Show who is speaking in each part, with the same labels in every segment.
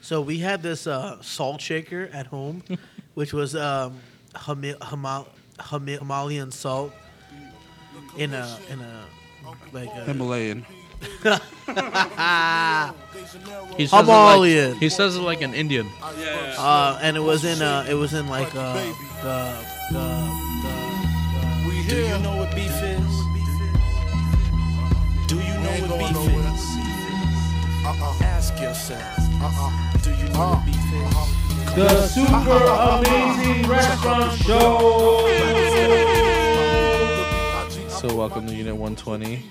Speaker 1: So we had this uh, salt shaker at home, which was um, Himi- Hima- Himi- Himalayan salt in a in a like a,
Speaker 2: Himalayan.
Speaker 3: He says, it
Speaker 1: Himalayan.
Speaker 3: like, he says it like an Indian.
Speaker 1: uh, and it was in uh, it was in like uh, the, the, the,
Speaker 4: We
Speaker 5: Do
Speaker 4: here.
Speaker 5: you know what beef is? Do you
Speaker 4: We ain't
Speaker 5: know what
Speaker 4: going
Speaker 5: beef
Speaker 4: nowhere.
Speaker 5: is?
Speaker 4: Uh-uh.
Speaker 5: Ask yourself.
Speaker 4: Uh-uh.
Speaker 5: Do you know
Speaker 4: Uh-uh.
Speaker 5: what beef is?
Speaker 6: The Super Amazing Restaurant
Speaker 4: Uh-uh.
Speaker 6: Show.
Speaker 3: So welcome to Unit 120.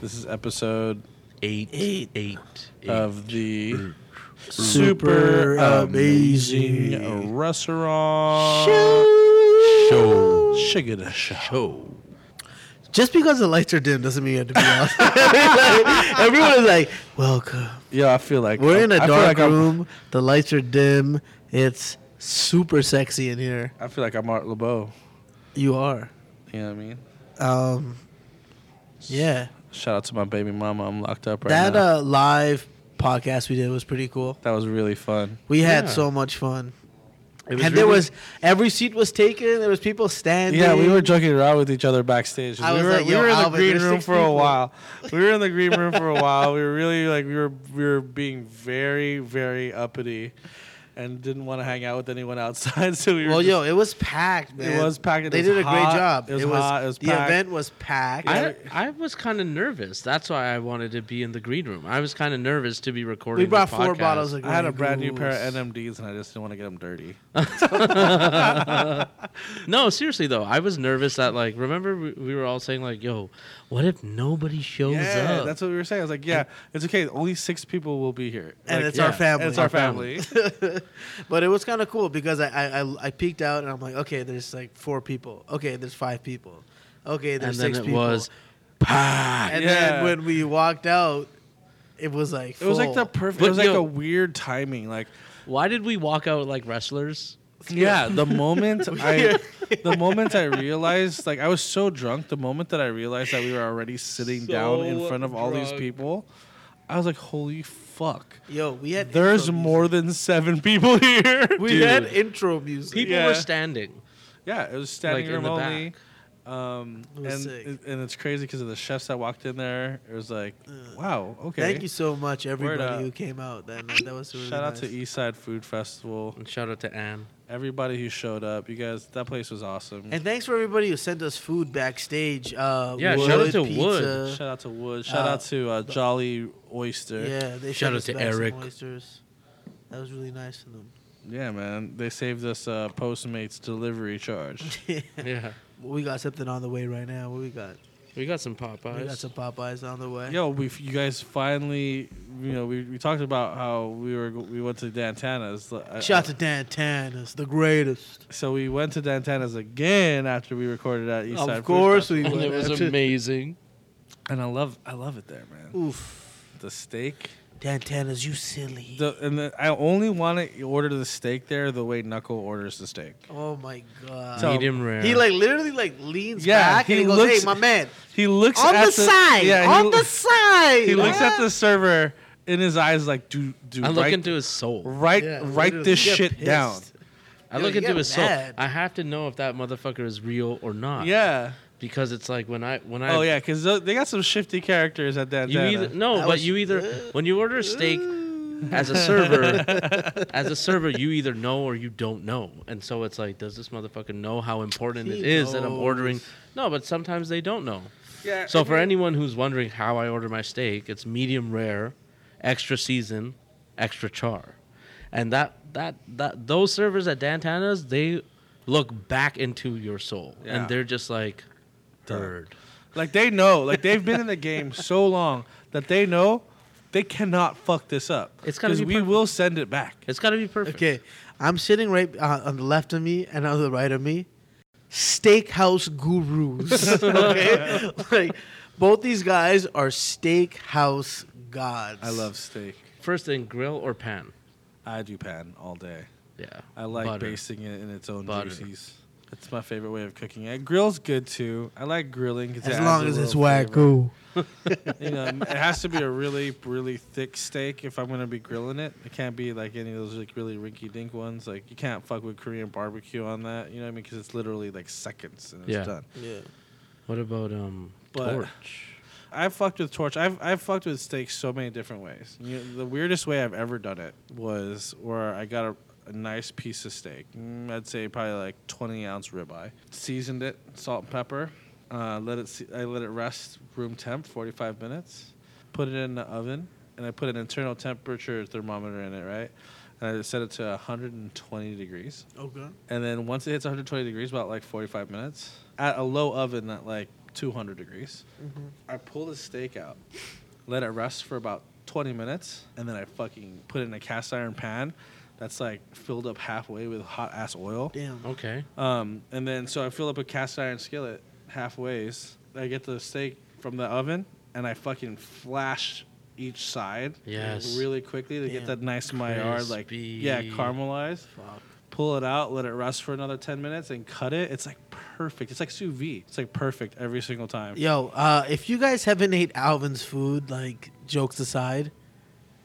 Speaker 7: This is episode
Speaker 3: Eight, eight, eight.
Speaker 7: of the
Speaker 1: Super amazing
Speaker 7: restaurant
Speaker 3: show.
Speaker 7: Shigada show.
Speaker 3: Show.
Speaker 1: Just because the lights are dim doesn't mean you have to be out. Like, everyone is like, welcome.
Speaker 7: Yeah, I feel like
Speaker 1: We're in
Speaker 7: I
Speaker 1: a
Speaker 7: feel
Speaker 1: dark
Speaker 7: like I'm-
Speaker 1: room. The lights are dim. It's super sexy in here.
Speaker 7: I feel like I'm Art LeBeau.
Speaker 1: You are.
Speaker 7: You know what I mean?
Speaker 1: Um, yeah.
Speaker 7: Shout out to my baby mama. I'm locked up right
Speaker 1: That
Speaker 7: now.
Speaker 1: uh, live podcast we did was pretty cool.
Speaker 7: that was really fun.
Speaker 1: We had
Speaker 3: Yeah.
Speaker 1: so much fun.
Speaker 3: It
Speaker 1: And
Speaker 3: was
Speaker 1: there
Speaker 3: really-
Speaker 1: was every seat was taken. There was people standing.
Speaker 7: Yeah, we were joking around with each other backstage.
Speaker 1: I
Speaker 7: we
Speaker 1: was
Speaker 7: were,
Speaker 1: like,
Speaker 7: we
Speaker 1: "Yo,
Speaker 7: were in the
Speaker 1: Alvin,
Speaker 7: green
Speaker 1: there's
Speaker 7: room
Speaker 1: six
Speaker 7: for a
Speaker 1: people."
Speaker 7: while. We were in the green room for a while. We were really like we were we were being very very uppity, and didn't want to hang out with anyone outside. So we were
Speaker 1: Well,
Speaker 7: just-
Speaker 1: yo, it was packed, man.
Speaker 7: was packed. It
Speaker 1: they
Speaker 7: was
Speaker 1: did a great
Speaker 7: hot.
Speaker 1: job.
Speaker 7: It was hot. It was
Speaker 1: the
Speaker 7: packed.
Speaker 1: event was packed.
Speaker 3: I, I was kind of nervous. That's why I wanted to be in the green room. I was kind of nervous to be recording.
Speaker 1: we brought
Speaker 3: the
Speaker 1: four
Speaker 3: podcast.
Speaker 1: bottles of.
Speaker 7: I had a
Speaker 1: Grey
Speaker 7: brand new
Speaker 1: Goose.
Speaker 7: pair of NMDs, and I just didn't want to get them dirty.
Speaker 3: No, seriously though, I was nervous that like remember we, we were all saying like, "Yo, what if nobody shows
Speaker 7: yeah,
Speaker 3: up?"
Speaker 7: that's what we were saying. I was like, yeah, it's okay. Only six people will be here.
Speaker 1: and
Speaker 7: Like,
Speaker 1: it's
Speaker 3: yeah.
Speaker 1: our family.
Speaker 7: it's our family.
Speaker 1: But it was kind of cool because I, I I I peeked out and I'm like, okay, there's like four people. Okay, there's five people. Okay,
Speaker 3: and
Speaker 1: there's
Speaker 3: then
Speaker 1: six
Speaker 3: it
Speaker 1: people.
Speaker 3: was packed.
Speaker 1: and
Speaker 7: Yeah.
Speaker 1: then when we walked out, it was like
Speaker 7: It was like
Speaker 1: full.
Speaker 7: the perfect.
Speaker 3: But
Speaker 7: It was like
Speaker 3: yo-
Speaker 7: a weird timing. Like,
Speaker 3: Why did we walk out like wrestlers?
Speaker 7: yeah, the moment I, the moment I realized, like, I was so drunk. The moment that I realized that we were already sitting down in
Speaker 3: So
Speaker 7: front of all these
Speaker 3: drunk.
Speaker 7: people, I was like, holy fuck.
Speaker 1: yo. We had
Speaker 7: There's
Speaker 1: intro
Speaker 7: more than seven people here.
Speaker 1: music. We
Speaker 3: Dude.
Speaker 1: had intro music.
Speaker 3: People
Speaker 7: Yeah.
Speaker 3: were standing.
Speaker 7: Yeah, it was standing
Speaker 3: Like, in
Speaker 7: room
Speaker 3: the
Speaker 7: only. Um,
Speaker 1: It was
Speaker 7: and
Speaker 1: sick.
Speaker 7: it- and it's crazy because of the chefs that walked in there. It was like, wow, okay.
Speaker 1: Thank you so much,
Speaker 7: up.
Speaker 1: everybody who came out that night. That was really
Speaker 7: Shout out
Speaker 1: nice.
Speaker 7: to Eastside Food Festival.
Speaker 3: And shout out to Anne.
Speaker 7: Everybody who showed up, you guys, that place was awesome.
Speaker 1: And thanks for everybody who sent us food backstage. Uh,
Speaker 3: Yeah,
Speaker 1: wood,
Speaker 3: shout out to
Speaker 1: pizza.
Speaker 3: Wood.
Speaker 7: shout out to Wood. Shout
Speaker 1: uh,
Speaker 7: out to uh, Jolly Oyster. Yeah.
Speaker 1: Yeah, they
Speaker 3: Shout
Speaker 1: sent
Speaker 3: out
Speaker 1: us
Speaker 3: to
Speaker 1: back some
Speaker 3: Eric.
Speaker 1: Oysters. That was really nice of them.
Speaker 7: man, they saved us uh, Postmates delivery charge.
Speaker 3: Yeah,
Speaker 1: We got something on the way right now. What we got?
Speaker 3: we got some Popeyes.
Speaker 1: We got some Popeyes on the way.
Speaker 7: Yo, we you guys finally, you know, we, we talked about how we were we went to Dantana's. I-
Speaker 1: Shout out to Dan Tanas, the greatest.
Speaker 7: So we went to Dantana's again after we recorded at Eastside. Food
Speaker 1: of course,
Speaker 7: Festival.
Speaker 1: we
Speaker 3: and it was
Speaker 1: went.
Speaker 3: amazing.
Speaker 7: And I love, I love it there, man.
Speaker 1: Oof,
Speaker 7: The steak.
Speaker 1: Dan Tanas, you silly.
Speaker 7: The, and the, I only want to order the steak there the way Knuckle orders the steak.
Speaker 1: oh my god.
Speaker 7: So-
Speaker 3: Medium rare.
Speaker 1: he like literally like leans
Speaker 7: Yeah,
Speaker 1: back
Speaker 7: he
Speaker 1: and he goes,
Speaker 7: looks-
Speaker 1: "Hey, my man,
Speaker 7: He looks
Speaker 1: on
Speaker 7: at
Speaker 1: the, side,
Speaker 7: Yeah, he
Speaker 1: on
Speaker 7: lo-
Speaker 1: the side."
Speaker 7: He looks at
Speaker 1: Ah.
Speaker 7: the server in his eyes like, dude, dude,
Speaker 3: I look
Speaker 7: write,
Speaker 3: into his soul.
Speaker 7: write,
Speaker 1: Yeah,
Speaker 7: write
Speaker 1: literally.
Speaker 7: this
Speaker 1: You get
Speaker 7: shit down.
Speaker 1: pissed.
Speaker 3: I
Speaker 1: Yo,
Speaker 3: look
Speaker 1: you
Speaker 3: into
Speaker 1: get
Speaker 3: his soul.
Speaker 1: mad.
Speaker 3: I have to know if that motherfucker is real or not.
Speaker 7: Yeah.
Speaker 3: because it's like when I when I
Speaker 7: Oh yeah, because they got some shifty characters at that. uh,
Speaker 3: You either no,
Speaker 1: That
Speaker 3: but
Speaker 1: was-
Speaker 3: you either when you order a steak as a server, as a server, you either know or you don't know, and so it's like, does this motherfucker know how important it
Speaker 1: He
Speaker 3: is that I'm
Speaker 1: knows.
Speaker 3: ordering? No, but sometimes they don't know.
Speaker 7: Yeah.
Speaker 3: So for anyone who's wondering how I order my steak, it's medium rare, extra season, extra char, and that that that those servers at Dantana's they look back into your soul,
Speaker 7: Yeah.
Speaker 3: and they're just like, third.
Speaker 7: Like they know, like they've been in the game so long that they know they cannot fuck this up.
Speaker 3: It's gotta
Speaker 7: 'Cause
Speaker 3: be
Speaker 7: we
Speaker 3: perfect.
Speaker 7: will send it back.
Speaker 3: It's got to be perfect.
Speaker 1: Okay, I'm sitting right uh, on the left of me and on the right of me, steakhouse gurus. okay, like both these guys are steakhouse gods.
Speaker 7: I love steak.
Speaker 3: First thing, grill or pan?
Speaker 7: I do pan all day.
Speaker 3: Yeah.
Speaker 7: I like
Speaker 3: Butter.
Speaker 7: basting it in its own
Speaker 3: Butter.
Speaker 7: juices. That's my favorite way of cooking. And grill's good too. I like grilling 'cause it
Speaker 1: As
Speaker 7: adds
Speaker 1: long
Speaker 7: a
Speaker 1: as it's
Speaker 7: little flavor.
Speaker 1: wacko.
Speaker 7: You know, it has to be a really, really thick steak if I'm gonna be grilling it. It can't be like any of those like really rinky dink ones. Like you can't fuck with Korean barbecue on that. You know what I mean? Because it's literally like seconds and it's
Speaker 3: Yeah.
Speaker 7: done.
Speaker 1: Yeah.
Speaker 3: What about um
Speaker 7: But-
Speaker 3: torch?
Speaker 7: I fucked with torch. I've I've fucked with steaks so many different ways. You know, the weirdest way I've ever done it was where I got a, a nice piece of steak. Mm, I'd say probably like twenty ounce ribeye. Seasoned it, salt and pepper. Uh, let it se- I let it rest room temp, forty five minutes. Put it in the oven, and I put an internal temperature thermometer in it, right? And I set it to 120 degrees.
Speaker 1: Okay.
Speaker 7: And then once it hits 120 degrees, about like 45 minutes, at a low oven at like 200 degrees, I pull the steak out, let it rest for about 20 minutes, and then I fucking put it in a cast iron pan that's like filled up halfway with hot ass oil.
Speaker 1: Damn.
Speaker 3: Okay.
Speaker 7: Um, and then so I fill up a cast iron skillet halfways. I get the steak from the oven and I fucking flash each side
Speaker 3: Yes.
Speaker 7: really quickly to get
Speaker 1: Damn.
Speaker 7: that nice Maillard like
Speaker 3: Crispy.
Speaker 7: yeah caramelized.
Speaker 1: Fuck.
Speaker 7: Pull it out, let it rest for another ten minutes, and cut it. It's like perfect. It's like sous vide. It's like perfect every single time.
Speaker 1: Yo, uh, if you guys haven't ate Alvin's food, like jokes aside,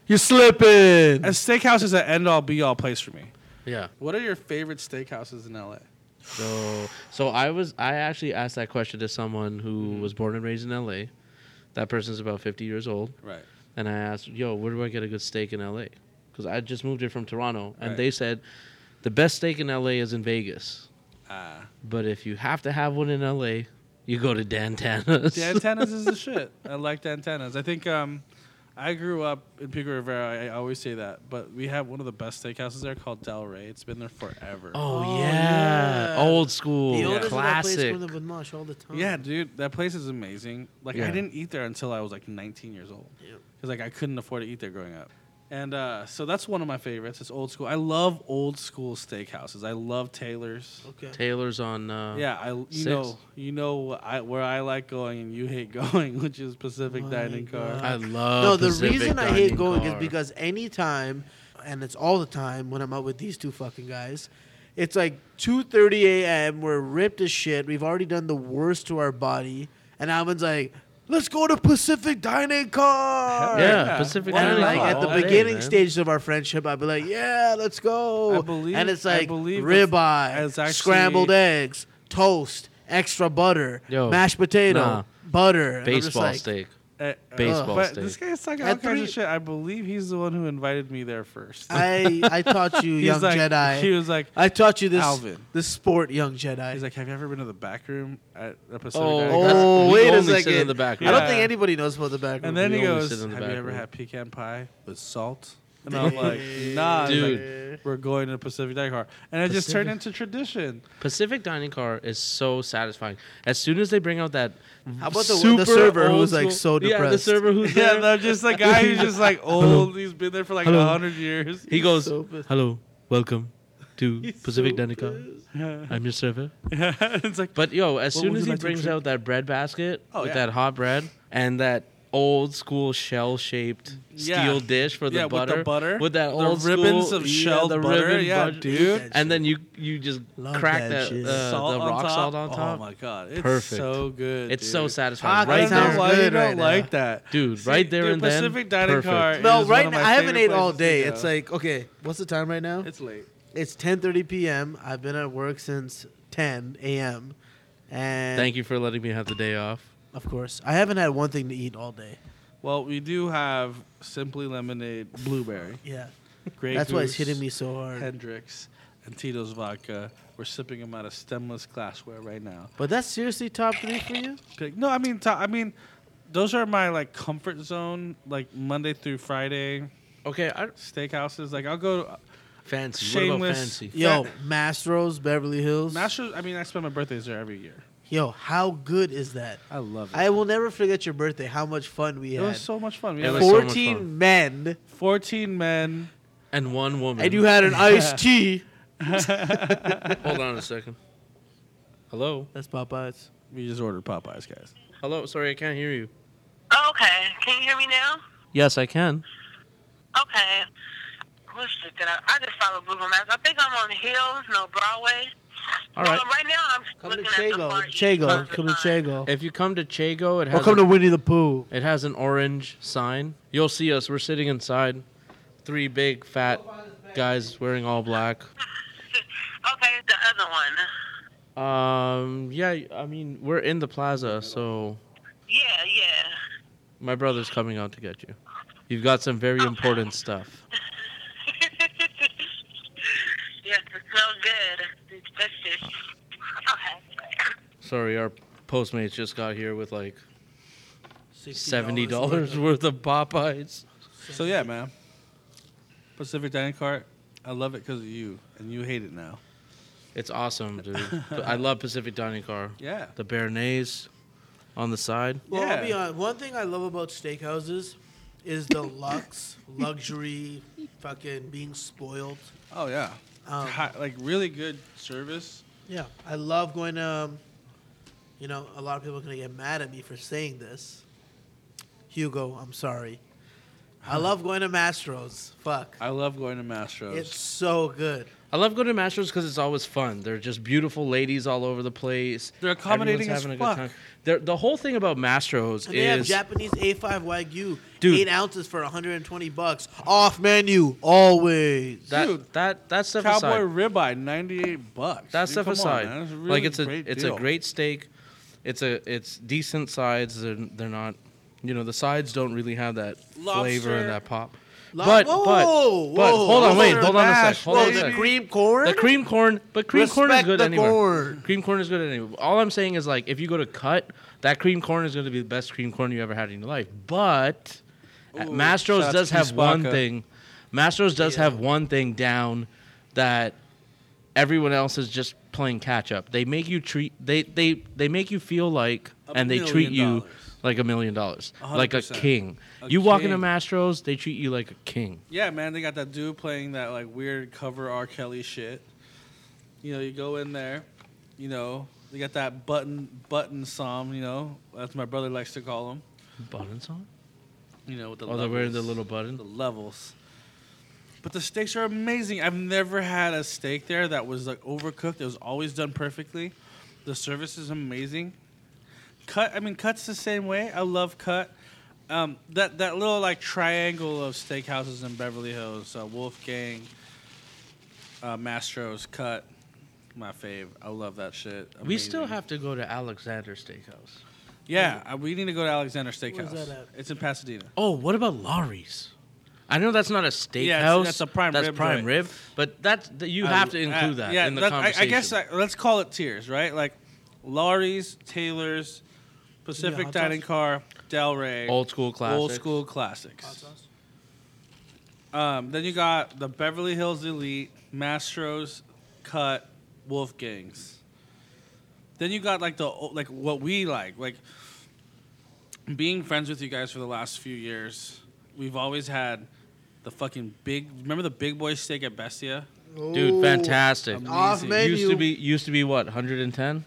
Speaker 1: you're slipping.
Speaker 7: A steakhouse is an end all be all place for me.
Speaker 3: Yeah.
Speaker 7: What are your favorite steakhouses in LA?
Speaker 3: So so I was I actually asked that question to someone who was born and raised in LA. That person's about 50 years old.
Speaker 7: Right.
Speaker 3: and I asked, "Yo, where do I get a good steak in LA?" Because I just moved here from Toronto, and
Speaker 7: Right.
Speaker 3: they said the best steak in LA is in Vegas.
Speaker 7: Ah.
Speaker 3: But if you have to have one in LA, you go to Dantana's.
Speaker 7: Dantana's is the shit. I like Dantana's. I think um, I grew up in Pico Rivera. I, I always say that, but we have one of the best steakhouses there called Del Rey. It's been there forever.
Speaker 3: oh,
Speaker 1: Oh,
Speaker 3: yeah.
Speaker 1: yeah.
Speaker 3: old school,
Speaker 1: the owners of that
Speaker 3: classic.
Speaker 1: place go to Badmash all the time.
Speaker 7: Yeah, dude, that place is amazing. Like
Speaker 3: Yeah.
Speaker 7: I didn't eat there until I was like 19 years old.
Speaker 1: Yep.
Speaker 7: Cuz like I couldn't afford to eat there growing up. And uh, so that's one of my favorites. It's old school. I love old school steakhouses. I love Taylor's.
Speaker 1: Okay.
Speaker 3: Taylor's on. Uh,
Speaker 7: Yeah, I you
Speaker 3: Uh-huh. Six.
Speaker 7: know you know I, where I like going and you hate going, which is Pacific
Speaker 3: Oh
Speaker 1: My
Speaker 7: Dining Car.
Speaker 1: God.
Speaker 3: I love.
Speaker 1: no, the
Speaker 3: Pacific
Speaker 1: reason I hate
Speaker 3: Dining
Speaker 1: going
Speaker 3: Car.
Speaker 1: is because anytime, and it's all the time when I'm out with these two fucking guys, it's like 2:30 a.m. We're ripped as shit. We've already done the worst to our body, and Alvin's like, "Let's go to Pacific Dining Car."
Speaker 3: yeah,
Speaker 7: Yeah.
Speaker 3: Pacific
Speaker 7: Why
Speaker 1: And
Speaker 3: Dining
Speaker 1: like
Speaker 3: Car
Speaker 1: at the
Speaker 3: all day,
Speaker 1: beginning
Speaker 3: man.
Speaker 1: stages of our friendship, I'd be like, "Yeah, let's go,"
Speaker 7: I believe-
Speaker 1: and it's
Speaker 7: I
Speaker 1: like
Speaker 7: believe it's-
Speaker 1: ribeye,
Speaker 7: it's actually-
Speaker 1: scrambled eggs, toast, extra butter,
Speaker 3: Yo,
Speaker 1: mashed potato,
Speaker 3: nah.
Speaker 1: butter, and I'm just
Speaker 3: baseball
Speaker 1: like,
Speaker 3: steak.
Speaker 7: Uh,
Speaker 3: Baseball
Speaker 7: but
Speaker 3: steak.
Speaker 7: This guy's talking
Speaker 1: At
Speaker 7: all kinds
Speaker 1: three-
Speaker 7: of shit. I believe he's the one who invited me there first.
Speaker 1: I I taught you,
Speaker 7: He's
Speaker 1: young
Speaker 7: like-
Speaker 1: Jedi.
Speaker 7: He was like,
Speaker 1: I taught you this
Speaker 7: Alvin.
Speaker 1: this sport, young Jedi.
Speaker 7: he's like, have you ever been to the back room at a Pacific Dining
Speaker 3: Oh,
Speaker 7: Car?"
Speaker 3: that's-
Speaker 1: oh,
Speaker 3: we
Speaker 1: wait a
Speaker 3: only sit
Speaker 1: second.
Speaker 3: in the back
Speaker 1: I
Speaker 7: room.
Speaker 1: don't think anybody knows about the back room.
Speaker 7: and then
Speaker 3: we
Speaker 7: he
Speaker 3: only
Speaker 7: goes,
Speaker 3: sit in
Speaker 7: have
Speaker 3: the
Speaker 7: you
Speaker 3: back
Speaker 7: ever
Speaker 3: room."
Speaker 7: had pecan pie with salt? And I'm like, nah, He's like,
Speaker 3: Dude.
Speaker 7: we're going to the Pacific Dining Car, and it just turned into tradition.
Speaker 3: Pacific Dining Car is so satisfying. As soon as they bring out that
Speaker 1: How about the- the
Speaker 3: super
Speaker 1: server who's, like,
Speaker 3: old school-
Speaker 1: so
Speaker 3: Yeah, the
Speaker 1: depressed?
Speaker 3: server who's there.
Speaker 7: Yeah, they're just the guy who's just like old. He's been there for like a
Speaker 3: Hello.
Speaker 7: hundred years.
Speaker 3: He goes,
Speaker 1: so pissed.
Speaker 3: "Hello, welcome to Pacific Dining Car.
Speaker 7: Yeah.
Speaker 3: I'm your server."
Speaker 7: it's like,
Speaker 3: But yo, as
Speaker 7: What
Speaker 3: soon
Speaker 7: would you
Speaker 3: as he
Speaker 7: like to
Speaker 3: brings
Speaker 7: drink?
Speaker 3: out that bread basket
Speaker 7: Oh,
Speaker 3: with
Speaker 7: yeah.
Speaker 3: that hot bread and that old school shell shaped
Speaker 7: Yeah.
Speaker 3: steel dish for the
Speaker 7: Yeah, with
Speaker 3: butter,
Speaker 7: the butter,
Speaker 3: with that
Speaker 7: the
Speaker 3: old
Speaker 7: ribbons
Speaker 3: school,
Speaker 7: of
Speaker 3: yeah,
Speaker 7: shelled
Speaker 3: the
Speaker 7: butter,
Speaker 3: ribbon
Speaker 7: yeah,
Speaker 3: butter.
Speaker 7: dude.
Speaker 3: and then you you just
Speaker 1: Love
Speaker 3: crack
Speaker 1: that
Speaker 3: that,
Speaker 1: shit.
Speaker 3: uh,
Speaker 7: salt
Speaker 3: the
Speaker 7: on
Speaker 3: rock
Speaker 7: top.
Speaker 3: salt on top.
Speaker 7: Oh my god, it's
Speaker 3: Perfect.
Speaker 7: so good.
Speaker 3: it's
Speaker 7: dude.
Speaker 3: so
Speaker 1: Fuck,
Speaker 3: satisfying,
Speaker 7: I
Speaker 3: right
Speaker 7: don't
Speaker 1: sounds
Speaker 7: know
Speaker 3: there,
Speaker 7: why you
Speaker 1: good
Speaker 7: don't
Speaker 1: right now.
Speaker 7: like that.
Speaker 3: dude,
Speaker 7: See,
Speaker 3: right there
Speaker 7: dude,
Speaker 3: and then.
Speaker 7: Pacific Dining
Speaker 3: perfect.
Speaker 7: Car.
Speaker 1: no,
Speaker 7: is one
Speaker 1: right
Speaker 7: of
Speaker 1: now
Speaker 7: my
Speaker 1: I haven't
Speaker 7: favorite
Speaker 1: ate all
Speaker 7: places to
Speaker 1: day.
Speaker 7: go.
Speaker 1: It's like okay, what's the time right now?
Speaker 7: it's late.
Speaker 1: It's 10:30 p.m. I've been at work since 10 a.m. And
Speaker 3: Thank you for letting me have the day off.
Speaker 1: Of course, I haven't had one thing to eat all day.
Speaker 7: Well, we do have Simply Lemonade Blueberry.
Speaker 1: Yeah,
Speaker 7: Great.
Speaker 1: that's why it's
Speaker 7: Goose,
Speaker 1: hitting me so hard.
Speaker 7: Hendrix and Tito's vodka. We're sipping them out of stemless glassware right now.
Speaker 1: But that's seriously top three for you.
Speaker 7: Like, No, I mean, to- I mean, those are my like comfort zone, like Monday through Friday
Speaker 3: Okay, I,
Speaker 7: steakhouses. Like I'll go to
Speaker 3: fancy. What about
Speaker 7: Shameless.
Speaker 3: fancy?
Speaker 1: Yo, Mastro's, Beverly Hills.
Speaker 7: Masters. I mean, I spend my birthdays there every year.
Speaker 1: Yo, how good is that?
Speaker 7: I love it.
Speaker 1: I will never forget your birthday. How much fun we
Speaker 7: it
Speaker 1: had.
Speaker 7: was so much fun. We
Speaker 3: It
Speaker 7: had
Speaker 3: was
Speaker 7: like
Speaker 3: so much
Speaker 1: 14
Speaker 3: fun.
Speaker 1: men,
Speaker 7: 14 men.
Speaker 3: And one woman.
Speaker 1: and you had an iced tea.
Speaker 3: Hold on a second. Hello?
Speaker 1: That's Popeyes.
Speaker 7: We just ordered Popeyes, guys.
Speaker 3: Hello? Sorry, I can't hear you.
Speaker 2: Okay. Can you hear me now?
Speaker 3: Yes, I can.
Speaker 2: Okay. What's the thing? I I just follow Google Maps. I think I'm on Hills, no Broadway.
Speaker 3: All right.
Speaker 2: Well, right now I'm
Speaker 1: Come to
Speaker 2: looking at the
Speaker 1: Chago.
Speaker 2: Far East
Speaker 1: Chago.
Speaker 2: Coast
Speaker 1: Come to
Speaker 2: sign.
Speaker 1: Chago.
Speaker 3: If you come to Chago, it
Speaker 1: Or
Speaker 3: has
Speaker 1: come
Speaker 3: a-
Speaker 1: to Winnie the Pooh.
Speaker 3: It has an orange sign. You'll see us. We're sitting inside. Three big fat guys wearing all black.
Speaker 2: Okay, the other one.
Speaker 3: Um, yeah, I mean, we're in the plaza, so
Speaker 2: Yeah, yeah.
Speaker 3: my brother's coming out to get you. You've got some very important stuff.
Speaker 2: yes, it smells good. It's delicious. Okay.
Speaker 3: Sorry, our postmates just got here with like seventy dollars worth of Popeyes.
Speaker 7: So yeah, man. Pacific Dining Cart. I love it because of you, and you hate it now.
Speaker 3: It's awesome, dude. But I love Pacific Dining Car.
Speaker 7: Yeah.
Speaker 3: The Béarnaise on the side.
Speaker 1: Well, I'll be
Speaker 7: Yeah.
Speaker 1: honest. One thing I love about steakhouses is the lux, luxury, fucking being spoiled.
Speaker 7: Oh yeah.
Speaker 1: Um,
Speaker 7: Hi- like really good service.
Speaker 1: Yeah, I love going to. um, You know, a lot of people are gonna get mad at me for saying this. Hugo, I'm sorry. I love going to Mastro's. Fuck,
Speaker 7: I love going to Mastro's.
Speaker 1: it's so good.
Speaker 3: I love going to Masters because it's always fun. They're just beautiful ladies all over the place.
Speaker 7: They're accommodating
Speaker 3: Everyone's
Speaker 7: as
Speaker 3: having
Speaker 7: fuck.
Speaker 3: A good time. They're, the whole thing about Mastros
Speaker 1: And they have
Speaker 3: is
Speaker 1: Japanese A5 Wagyu,
Speaker 3: Dude.
Speaker 1: eight ounces for 120 bucks, off menu always.
Speaker 3: that,
Speaker 7: Dude.
Speaker 3: that that stuff
Speaker 7: Cowboy
Speaker 3: aside.
Speaker 7: ribeye, ninety-eight bucks.
Speaker 3: That
Speaker 7: Dude,
Speaker 3: stuff
Speaker 7: come on,
Speaker 3: aside,
Speaker 7: man. It's a
Speaker 3: like
Speaker 7: really
Speaker 3: it's a
Speaker 7: great
Speaker 3: it's
Speaker 7: deal.
Speaker 3: a great steak. It's a it's decent sides. They're they're not, you know, the sides don't really have that flavor
Speaker 7: Lobster.
Speaker 3: and that pop.
Speaker 1: Lo-
Speaker 3: but,
Speaker 1: Uh, Whoa,
Speaker 3: but,
Speaker 1: whoa,
Speaker 3: but
Speaker 1: whoa.
Speaker 3: hold on, wait,
Speaker 7: Lobster
Speaker 3: hold on a sec.
Speaker 7: mash,
Speaker 3: Hold on a
Speaker 7: baby.
Speaker 1: the
Speaker 3: sec.
Speaker 1: cream corn.
Speaker 3: The cream corn, but cream corn is
Speaker 1: Respect
Speaker 3: good
Speaker 1: the
Speaker 3: anywhere.
Speaker 1: corn.
Speaker 3: Cream corn is good anywhere. All I'm saying is like if you go to cut, that cream corn is going to be the best cream corn you ever had in your life. But at
Speaker 7: Ooh,
Speaker 3: Mastro's
Speaker 7: shots
Speaker 3: does have one
Speaker 7: Kisbaka.
Speaker 3: thing. Mastro's does
Speaker 1: Yeah.
Speaker 3: have one thing down that everyone else is just playing catch up. They make you treat they they they make you feel like
Speaker 7: A
Speaker 3: and they
Speaker 7: million
Speaker 3: treat you
Speaker 7: dollars.
Speaker 3: like a million dollars,
Speaker 7: A hundred
Speaker 3: like a
Speaker 7: percent.
Speaker 3: king.
Speaker 7: A
Speaker 3: you walk into
Speaker 7: king.
Speaker 3: Mastro's, they treat you like a king.
Speaker 7: Yeah, man, they got that dude playing that like weird cover R. Kelly shit. You know, you go in there, you know, they got that button button psalm, you know, that's what my brother likes to call them.
Speaker 3: Buttons on?
Speaker 7: You know, with the
Speaker 3: Oh, they're wearing the
Speaker 7: levels.
Speaker 3: little button.
Speaker 7: the levels. But the steaks are amazing. I've never had a steak there that was like overcooked. It was always done perfectly. The service is amazing. Cut. I mean, cut's the same way. I love cut. Um, that that little like triangle of steakhouses in Beverly Hills, uh, Wolfgang, uh, Mastro's, Cut, my fave. I love that shit.
Speaker 3: We still
Speaker 7: Amazing.
Speaker 3: have to go to Alexander Steakhouse.
Speaker 7: Yeah, I- we need to go to Alexander Steakhouse.
Speaker 1: that at?
Speaker 7: It's in Pasadena.
Speaker 3: Oh, what about Laurie's? I know that's not a steakhouse.
Speaker 7: that's a prime
Speaker 3: That's
Speaker 7: rib
Speaker 3: prime
Speaker 7: joint.
Speaker 3: rib, but that's th- you have to include that in the
Speaker 7: uh, that- I-
Speaker 3: conversation.
Speaker 7: I, guess I, let's call it tiers, right? Like Laurie's, Taylor's, Pacific
Speaker 1: hot sauce.
Speaker 7: Dining Car, Del Rey,
Speaker 3: old school classic.
Speaker 7: old school classics. Um, then you got the Beverly Hills Elite, Mastro's, Cut, Wolfgangs. Then you got like the o- like what we like, like being friends with you guys for the last few years. We've always had the fucking big. Remember the big boy steak at Bestia?
Speaker 3: dude,
Speaker 1: Ooh.
Speaker 3: fantastic.
Speaker 7: Amazing.
Speaker 1: Off
Speaker 7: Used
Speaker 1: menu.
Speaker 3: Used to be used to be what 110?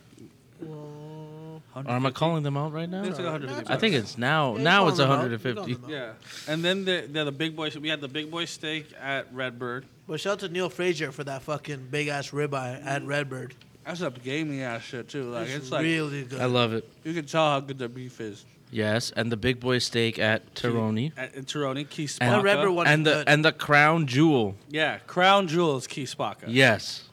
Speaker 3: Or am I calling them out right now?
Speaker 7: It's like 150
Speaker 3: I think it's now.
Speaker 1: Yeah,
Speaker 3: now
Speaker 1: you're
Speaker 3: it's
Speaker 1: calling them out. You're
Speaker 3: 150.
Speaker 1: calling them
Speaker 7: Yeah, and then the, the the big boy. We had the big boy steak at Redbird.
Speaker 1: But shout out to Neil Frazier for that fucking big ass ribeye at Redbird.
Speaker 7: That's a gamey ass shit too. Like
Speaker 1: It's,
Speaker 7: it's, like
Speaker 1: really good.
Speaker 3: I love it.
Speaker 7: you can tell how good the beef is.
Speaker 3: Yes, and the big boy steak at Tironi.
Speaker 7: At, in Tironi, Key
Speaker 3: And,
Speaker 1: The
Speaker 7: Spaca.
Speaker 1: Redbird one
Speaker 3: and
Speaker 1: is
Speaker 3: the
Speaker 1: good.
Speaker 3: and the crown jewel.
Speaker 7: Yeah, Crown Jewels, Key Spaca.
Speaker 3: Yes.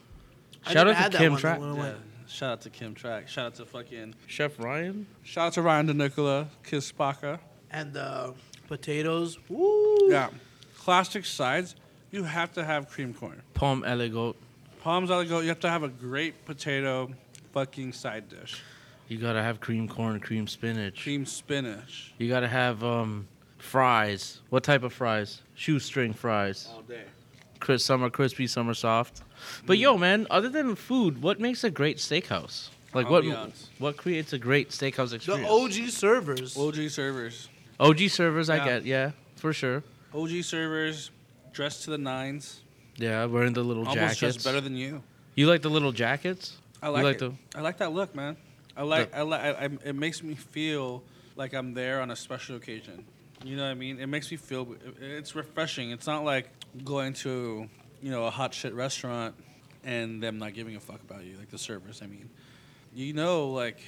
Speaker 1: I
Speaker 3: Shout
Speaker 1: never
Speaker 3: out
Speaker 1: had
Speaker 3: to
Speaker 1: that
Speaker 3: Kim
Speaker 1: one,
Speaker 3: Track.
Speaker 1: the one I
Speaker 7: Yeah.
Speaker 1: went.
Speaker 7: Shout out to Kim Track. Shout out to fucking.
Speaker 3: Chef Ryan.
Speaker 7: Shout out to Ryan DeNicola, Key Spaca.
Speaker 1: And the potatoes. Woo.
Speaker 7: Yeah, classic sides. You have to have cream corn.
Speaker 3: Palm Elegoat.
Speaker 7: Palms out go. You have to have a great potato fucking side dish.
Speaker 3: You gotta have cream corn, cream spinach.
Speaker 7: Cream spinach.
Speaker 3: You gotta have um, fries. What type of fries? Shoestring fries.
Speaker 7: All day.
Speaker 3: Cris- Some are crispy, some are soft. But yo, man, other than food, what makes a great steakhouse? Like what?
Speaker 7: Ambiance.
Speaker 3: What creates a great steakhouse
Speaker 1: The
Speaker 3: experience?
Speaker 1: OG servers.
Speaker 7: OG servers.
Speaker 3: OG servers, I
Speaker 7: Yeah.
Speaker 3: get, yeah, for sure.
Speaker 7: OG servers, dressed to the nines.
Speaker 3: Yeah, wearing the little
Speaker 7: Almost
Speaker 3: jackets.
Speaker 7: dressed better than you.
Speaker 3: you like the little jackets?
Speaker 7: I
Speaker 3: You
Speaker 7: like, it.
Speaker 3: the-
Speaker 7: I like that look, man. I like. I like. I, I, it makes me feel like I'm there on a special occasion. You know what I mean? It makes me feel. it- It's refreshing. It's not like going to, you know, a hot shit restaurant and them not giving a fuck about you, like the servers. I mean, you know, like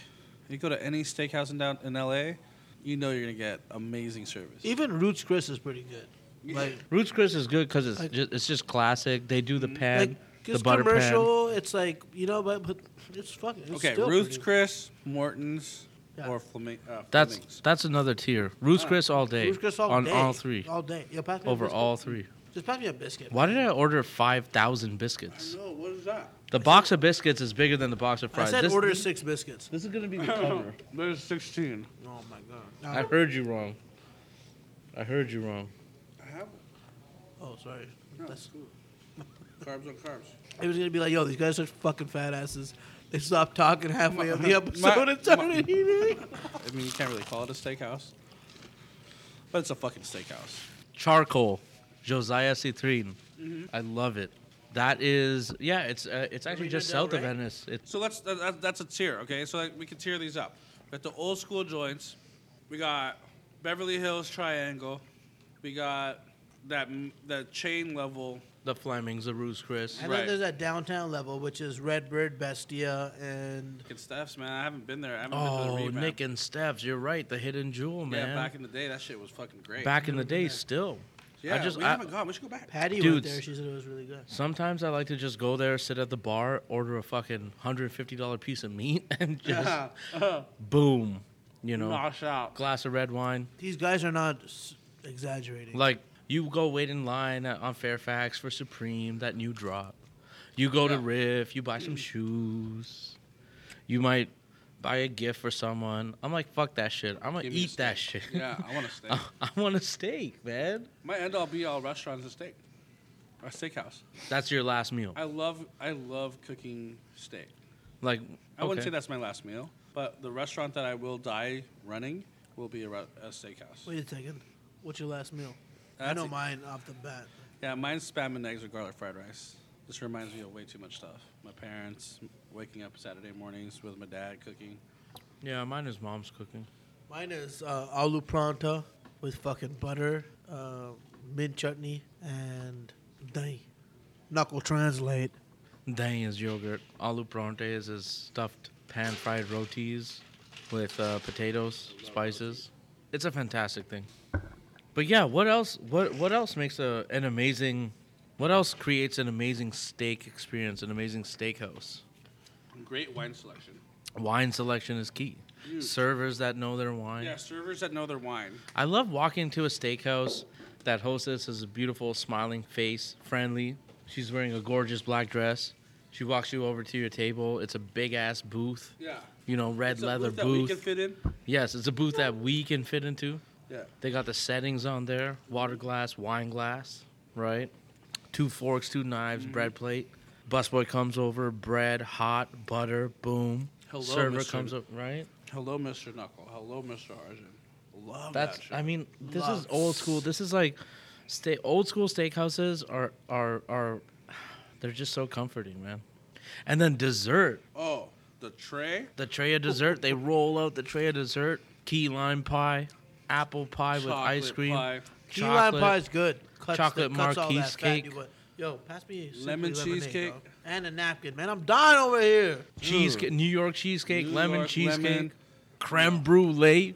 Speaker 7: you go to any steakhouse in down in LA, you know you're gonna get amazing service.
Speaker 1: Even Roots Chris is pretty good. Like,
Speaker 3: Roots Chris is good because it's
Speaker 1: Like-
Speaker 3: just, it's just classic. They do the pan,
Speaker 1: like
Speaker 3: the
Speaker 1: it's
Speaker 3: butter pan.
Speaker 1: commercial. It's like you know, but, but it's fucking. It's
Speaker 7: okay,
Speaker 1: still
Speaker 7: Ruth's
Speaker 1: pretty-
Speaker 7: Chris, Morton's,
Speaker 1: Yeah.
Speaker 7: or Fleming. Uh,
Speaker 3: That's
Speaker 7: Fleming's.
Speaker 3: that's another tier. Roots Chris all day
Speaker 1: Roots Chris all
Speaker 3: on
Speaker 1: day,
Speaker 3: all three
Speaker 1: all day. Yeah, pass me a
Speaker 3: over
Speaker 1: biscuit.
Speaker 3: all three.
Speaker 1: Just pass me a biscuit.
Speaker 3: Why did I order five thousand biscuits?
Speaker 7: No, what is that?
Speaker 3: The box of biscuits is bigger than the box of
Speaker 1: I
Speaker 3: fries.
Speaker 1: said
Speaker 3: this,
Speaker 1: order six biscuits.
Speaker 3: this is gonna be the cover.
Speaker 7: There's 16.
Speaker 1: Oh my god.
Speaker 3: I heard you wrong. I heard you wrong.
Speaker 7: I have
Speaker 1: oh, sorry. That's,
Speaker 7: carbs on carbs.
Speaker 1: it was gonna be like, yo, these guys are fucking fat asses. They stopped talking halfway of the
Speaker 7: my-
Speaker 1: episode and started eating.
Speaker 7: I mean, you can't really call it a steakhouse, but it's a fucking steakhouse.
Speaker 3: Charcoal, Josiah Citrin. I love it. That is yeah. It's uh, it's actually just
Speaker 1: Del
Speaker 3: south of
Speaker 1: Rey?
Speaker 3: Venice. It's
Speaker 7: So let's that, that, that's a tier, okay? So like, we can tier these up. We got the old school joints. We got Beverly Hills Triangle. We got that m- that chain level.
Speaker 3: the Flemings, the Roots Chris.
Speaker 1: And
Speaker 7: Right.
Speaker 1: then there's that downtown level, which is Redbird, Bestia, and
Speaker 7: Fucking Steph's, man. I haven't been there. I haven't been
Speaker 3: Oh,
Speaker 7: to the revamp.
Speaker 3: Nick and Steps, you're right. The hidden jewel,
Speaker 7: yeah,
Speaker 3: man.
Speaker 7: back in the day, that shit was fucking great.
Speaker 3: Back in the day, still.
Speaker 7: yeah,
Speaker 3: I just
Speaker 7: we
Speaker 3: I-
Speaker 7: haven't gone. We should go back.
Speaker 1: Patty went
Speaker 3: Dudes.
Speaker 1: there. She said it was really good.
Speaker 3: sometimes I like to just go there, sit at the bar, order a fucking hundred fifty dollar piece of meat, and just boom, you know,
Speaker 7: Nosh out.
Speaker 3: glass of red wine.
Speaker 1: These guys are not s- exaggerating.
Speaker 3: Like you go wait in line at, on Fairfax for Supreme, that new drop. You go to
Speaker 7: Yeah. Mm.
Speaker 3: Riff, you buy some shoes. You might buy a gift for someone. I'm like, fuck that shit. I'm gonna
Speaker 7: Give me a
Speaker 3: eat that shit.
Speaker 7: steak. Yeah, I want a steak.
Speaker 3: I, I want a steak, man.
Speaker 7: My end all be all restaurants a steak, a steakhouse.
Speaker 3: That's your last meal.
Speaker 7: I love I love cooking steak.
Speaker 3: Like
Speaker 7: I wouldn't say
Speaker 3: okay.
Speaker 7: that's my last meal, but the restaurant that I will die running will be a, re- a steakhouse.
Speaker 1: Wait a second. What's your last meal? I
Speaker 7: That's
Speaker 1: know
Speaker 7: it.
Speaker 1: mine off the bat.
Speaker 7: Yeah, mine's spam and eggs or garlic fried rice. This reminds me of way too much stuff. My parents waking up Saturday mornings with my dad cooking.
Speaker 3: Yeah, mine is mom's cooking.
Speaker 1: Mine is uh, aloo pranta with fucking butter, uh, mint chutney, and dang, knuckle translate.
Speaker 3: Dang is yogurt. Aloo pronte is his stuffed pan fried rotis with uh, potatoes, spices. It's a fantastic thing. But yeah, what else? What what else makes a an amazing? What else creates an amazing steak experience? An amazing steakhouse.
Speaker 7: Great wine selection.
Speaker 3: Wine selection is key.
Speaker 7: Huge.
Speaker 3: Servers that know their wine.
Speaker 7: Yeah, servers that know their wine.
Speaker 3: I love walking to a steakhouse. That hostess has a beautiful, smiling face, friendly. She's wearing a gorgeous black dress. She walks you over to your table. It's a big ass booth,
Speaker 7: Yeah.
Speaker 3: you know, red
Speaker 7: It's a
Speaker 3: leather
Speaker 7: booth that we
Speaker 3: booth.
Speaker 7: can fit in.
Speaker 3: yes, it's a booth that we can fit into.
Speaker 7: Yeah.
Speaker 3: They got the settings on there water glass, wine glass, right? Two forks, two knives,
Speaker 7: Mm-hmm.
Speaker 3: bread plate. Busboy comes over, bread, hot, butter, boom.
Speaker 7: Hello,
Speaker 3: Server
Speaker 7: Mr.
Speaker 3: comes up, right?
Speaker 7: Hello, Mr. Knuckle. Hello, Mr. Arjun. Love
Speaker 3: That's
Speaker 7: that shit.
Speaker 3: I mean this is
Speaker 1: Love.
Speaker 3: old school. This is like stay old school steakhouses are are are they're just so comforting, man. And then dessert,
Speaker 7: oh, the tray.
Speaker 3: the tray of dessert, they roll out the tray of dessert, key lime pie, apple pie with ice
Speaker 7: chocolate
Speaker 3: cream,
Speaker 7: pie,
Speaker 1: Key lime
Speaker 3: chocolate.
Speaker 1: pie is good. Cuts
Speaker 3: chocolate
Speaker 1: cuts all
Speaker 3: marquise
Speaker 1: that fatty,
Speaker 3: cake.
Speaker 1: but- Yo, pass me a
Speaker 7: Lemon
Speaker 1: lemonade,
Speaker 7: cheesecake.
Speaker 1: dog. and a napkin, man. I'm dying over here.
Speaker 3: cheesecake, New York cheesecake,
Speaker 7: New
Speaker 3: lemon
Speaker 7: York
Speaker 3: cheesecake,
Speaker 7: lemon.
Speaker 3: creme brulee.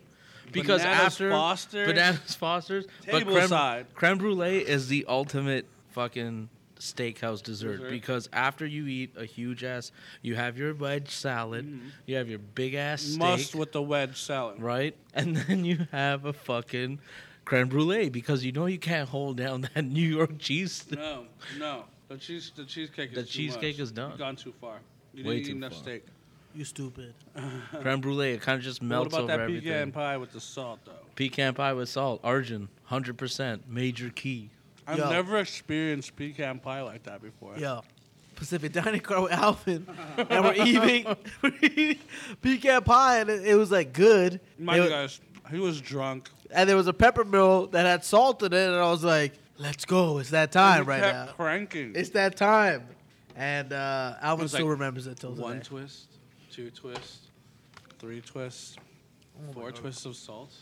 Speaker 3: Because
Speaker 7: Bananas
Speaker 3: after
Speaker 7: Foster's.
Speaker 3: bananas Foster's,
Speaker 7: Table
Speaker 3: creme,
Speaker 7: side.
Speaker 3: creme brulee is the ultimate fucking steakhouse dessert,
Speaker 7: Dessert.
Speaker 3: because after you eat a huge ass, you have your wedge salad, you have your big ass steak,
Speaker 7: Mm-hmm. must with the wedge salad.
Speaker 3: right, and then you have a fucking creme brulee because you know you can't hold down that New York cheese.
Speaker 7: No, no. The cheese, the cheesecake is
Speaker 3: The
Speaker 7: too
Speaker 3: cheesecake
Speaker 7: much.
Speaker 3: is done.
Speaker 7: You've gone too far. You
Speaker 3: Way
Speaker 7: didn't eat
Speaker 3: too
Speaker 7: enough
Speaker 3: far.
Speaker 7: steak.
Speaker 1: You stupid.
Speaker 3: creme brulee, it kind of just melts
Speaker 7: what about
Speaker 3: over
Speaker 7: that
Speaker 3: everything.
Speaker 7: pecan pie with the salt though?
Speaker 3: Pecan pie with salt, Arjun, hundred percent, major key.
Speaker 7: I've
Speaker 1: Yo.
Speaker 7: never experienced pecan pie like that before.
Speaker 1: Yo, Pacific Dining Car with Alvin, and we're eating, we're eating pecan pie, and it, it was like good.
Speaker 7: Mind
Speaker 1: It
Speaker 7: you
Speaker 1: wa-
Speaker 7: guys, he was drunk.
Speaker 1: and there was a peppermill that had salt in it, and I was like, "Let's go! It's that time
Speaker 7: He
Speaker 1: right
Speaker 7: kept
Speaker 1: now.
Speaker 7: Cranking.
Speaker 1: It's that time." And uh, Alvin
Speaker 7: was
Speaker 1: still
Speaker 7: like
Speaker 1: remembers it till
Speaker 7: One
Speaker 1: today.
Speaker 7: twist, two twists, three twists, four twists of salt.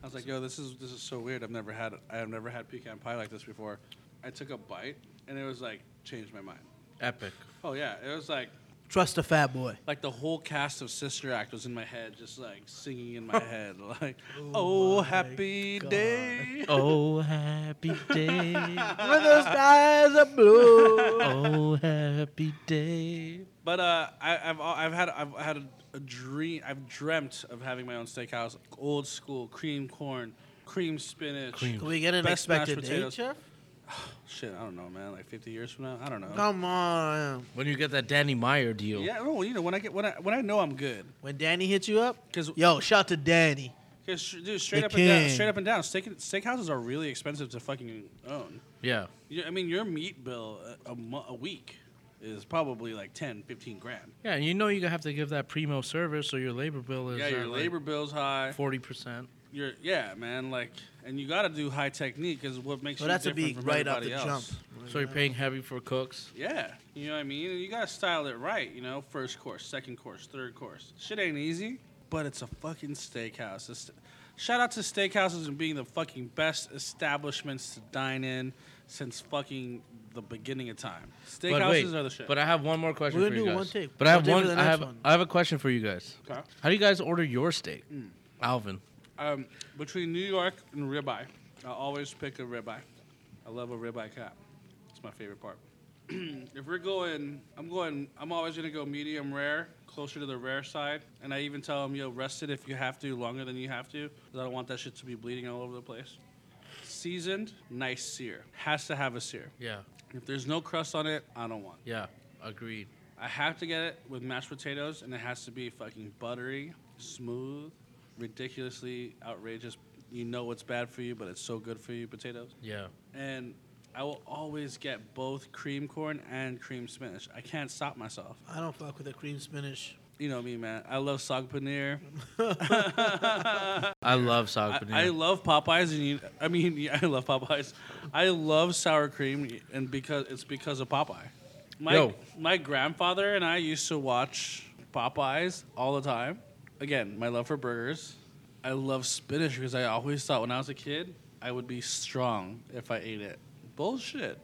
Speaker 7: I was like, yo, this is this is so weird. I've never had I have never had pecan pie like this before. I took a bite and it was like changed my mind.
Speaker 3: Epic.
Speaker 7: Oh yeah, it was like
Speaker 1: Trust a fat boy.
Speaker 7: like the whole cast of Sister Act was in my head, just like singing in my head, like Oh, happy day.
Speaker 3: Oh, happy day.
Speaker 1: When the skies are blue.
Speaker 3: Oh, happy day.
Speaker 7: But uh, I, I've al- I've had I've had a, a dream. I've dreamt of having my own steakhouse, old school, cream corn, cream spinach.
Speaker 3: Cream.
Speaker 1: Can we get an
Speaker 7: Best mashed
Speaker 1: expected date,
Speaker 7: potatoes.
Speaker 1: Chef?
Speaker 7: Shit, I don't know, man. Like 50 years from now, I don't know.
Speaker 1: Come on.
Speaker 3: When you get that Danny Meyer deal.
Speaker 7: Yeah, no, you know when I get when I when I know I'm good,
Speaker 1: When Danny hits you up,
Speaker 7: 'Cause-
Speaker 1: yo, shout to Danny.
Speaker 7: because dude, straight
Speaker 1: The
Speaker 7: up and down,
Speaker 1: king.
Speaker 7: straight up and down, steak steakhouses are really expensive to fucking own.
Speaker 3: Yeah.
Speaker 7: You, I mean, your meat bill a, a, mo- a week is probably like 10, 15 grand.
Speaker 3: Yeah, and you know you have to give that primo service, so your labor bill is
Speaker 7: Yeah, your
Speaker 3: at, like,
Speaker 7: labor bill's high.
Speaker 3: 40%.
Speaker 7: You're yeah, man. Like, and you got to do high technique is what makes
Speaker 1: So
Speaker 7: you
Speaker 1: that's a
Speaker 7: different
Speaker 1: big
Speaker 7: from
Speaker 1: right off the
Speaker 7: everybody
Speaker 1: jump.
Speaker 7: else.
Speaker 3: So you're paying heavy for cooks.
Speaker 7: Yeah, you know what I mean. And you gotta style it right. You know, first course, second course, third course. Shit ain't easy, but it's a fucking steakhouse. It's- shout out to steakhouses and being the fucking best establishments to dine in since fucking the beginning of time. Steakhouses
Speaker 3: But wait,
Speaker 7: are the shit.
Speaker 3: but I have one more question
Speaker 1: We're
Speaker 3: for
Speaker 1: gonna
Speaker 3: you
Speaker 1: do
Speaker 3: guys.
Speaker 1: one take.
Speaker 3: But
Speaker 1: One
Speaker 3: I have
Speaker 1: take for
Speaker 3: one.
Speaker 1: the
Speaker 3: I
Speaker 1: next
Speaker 3: have.
Speaker 1: one.
Speaker 3: I have a question for you guys.
Speaker 7: Okay. Mm.
Speaker 3: How do you guys order your steak, Alvin?
Speaker 7: um, between New York and ribeye, I always pick a ribeye. I love a ribeye cap. It's my favorite part. if we're going, I'm going. I'm always gonna go medium rare, closer to the rare side. And I even tell them, yo, rest it if you have to, longer than you have to, 'cause I don't want that shit to be bleeding all over the place. Seasoned, nice sear. Has to have a sear.
Speaker 3: Yeah.
Speaker 7: If there's no crust on it, I don't want. it.
Speaker 3: Yeah. Agreed.
Speaker 7: I have to get it with mashed potatoes, and it has to be fucking buttery, smooth, ridiculously outrageous. You know what's bad for you, but it's so good for you, potatoes.
Speaker 3: Yeah.
Speaker 7: And I will always get both cream corn and cream spinach. I can't stop myself.
Speaker 1: I don't fuck with the cream spinach.
Speaker 7: You know me, man. I love sog paneer.
Speaker 3: I love sag
Speaker 7: I,
Speaker 3: paneer.
Speaker 7: I love Popeyes, and you, I mean, yeah, I love Popeyes. I love sour cream, and because it's because of Popeye. My
Speaker 3: Yo.
Speaker 7: my grandfather and I used to watch Popeyes all the time. Again, my love for burgers. I love spinach because I always thought when I was a kid I would be strong if I ate it. Bullshit.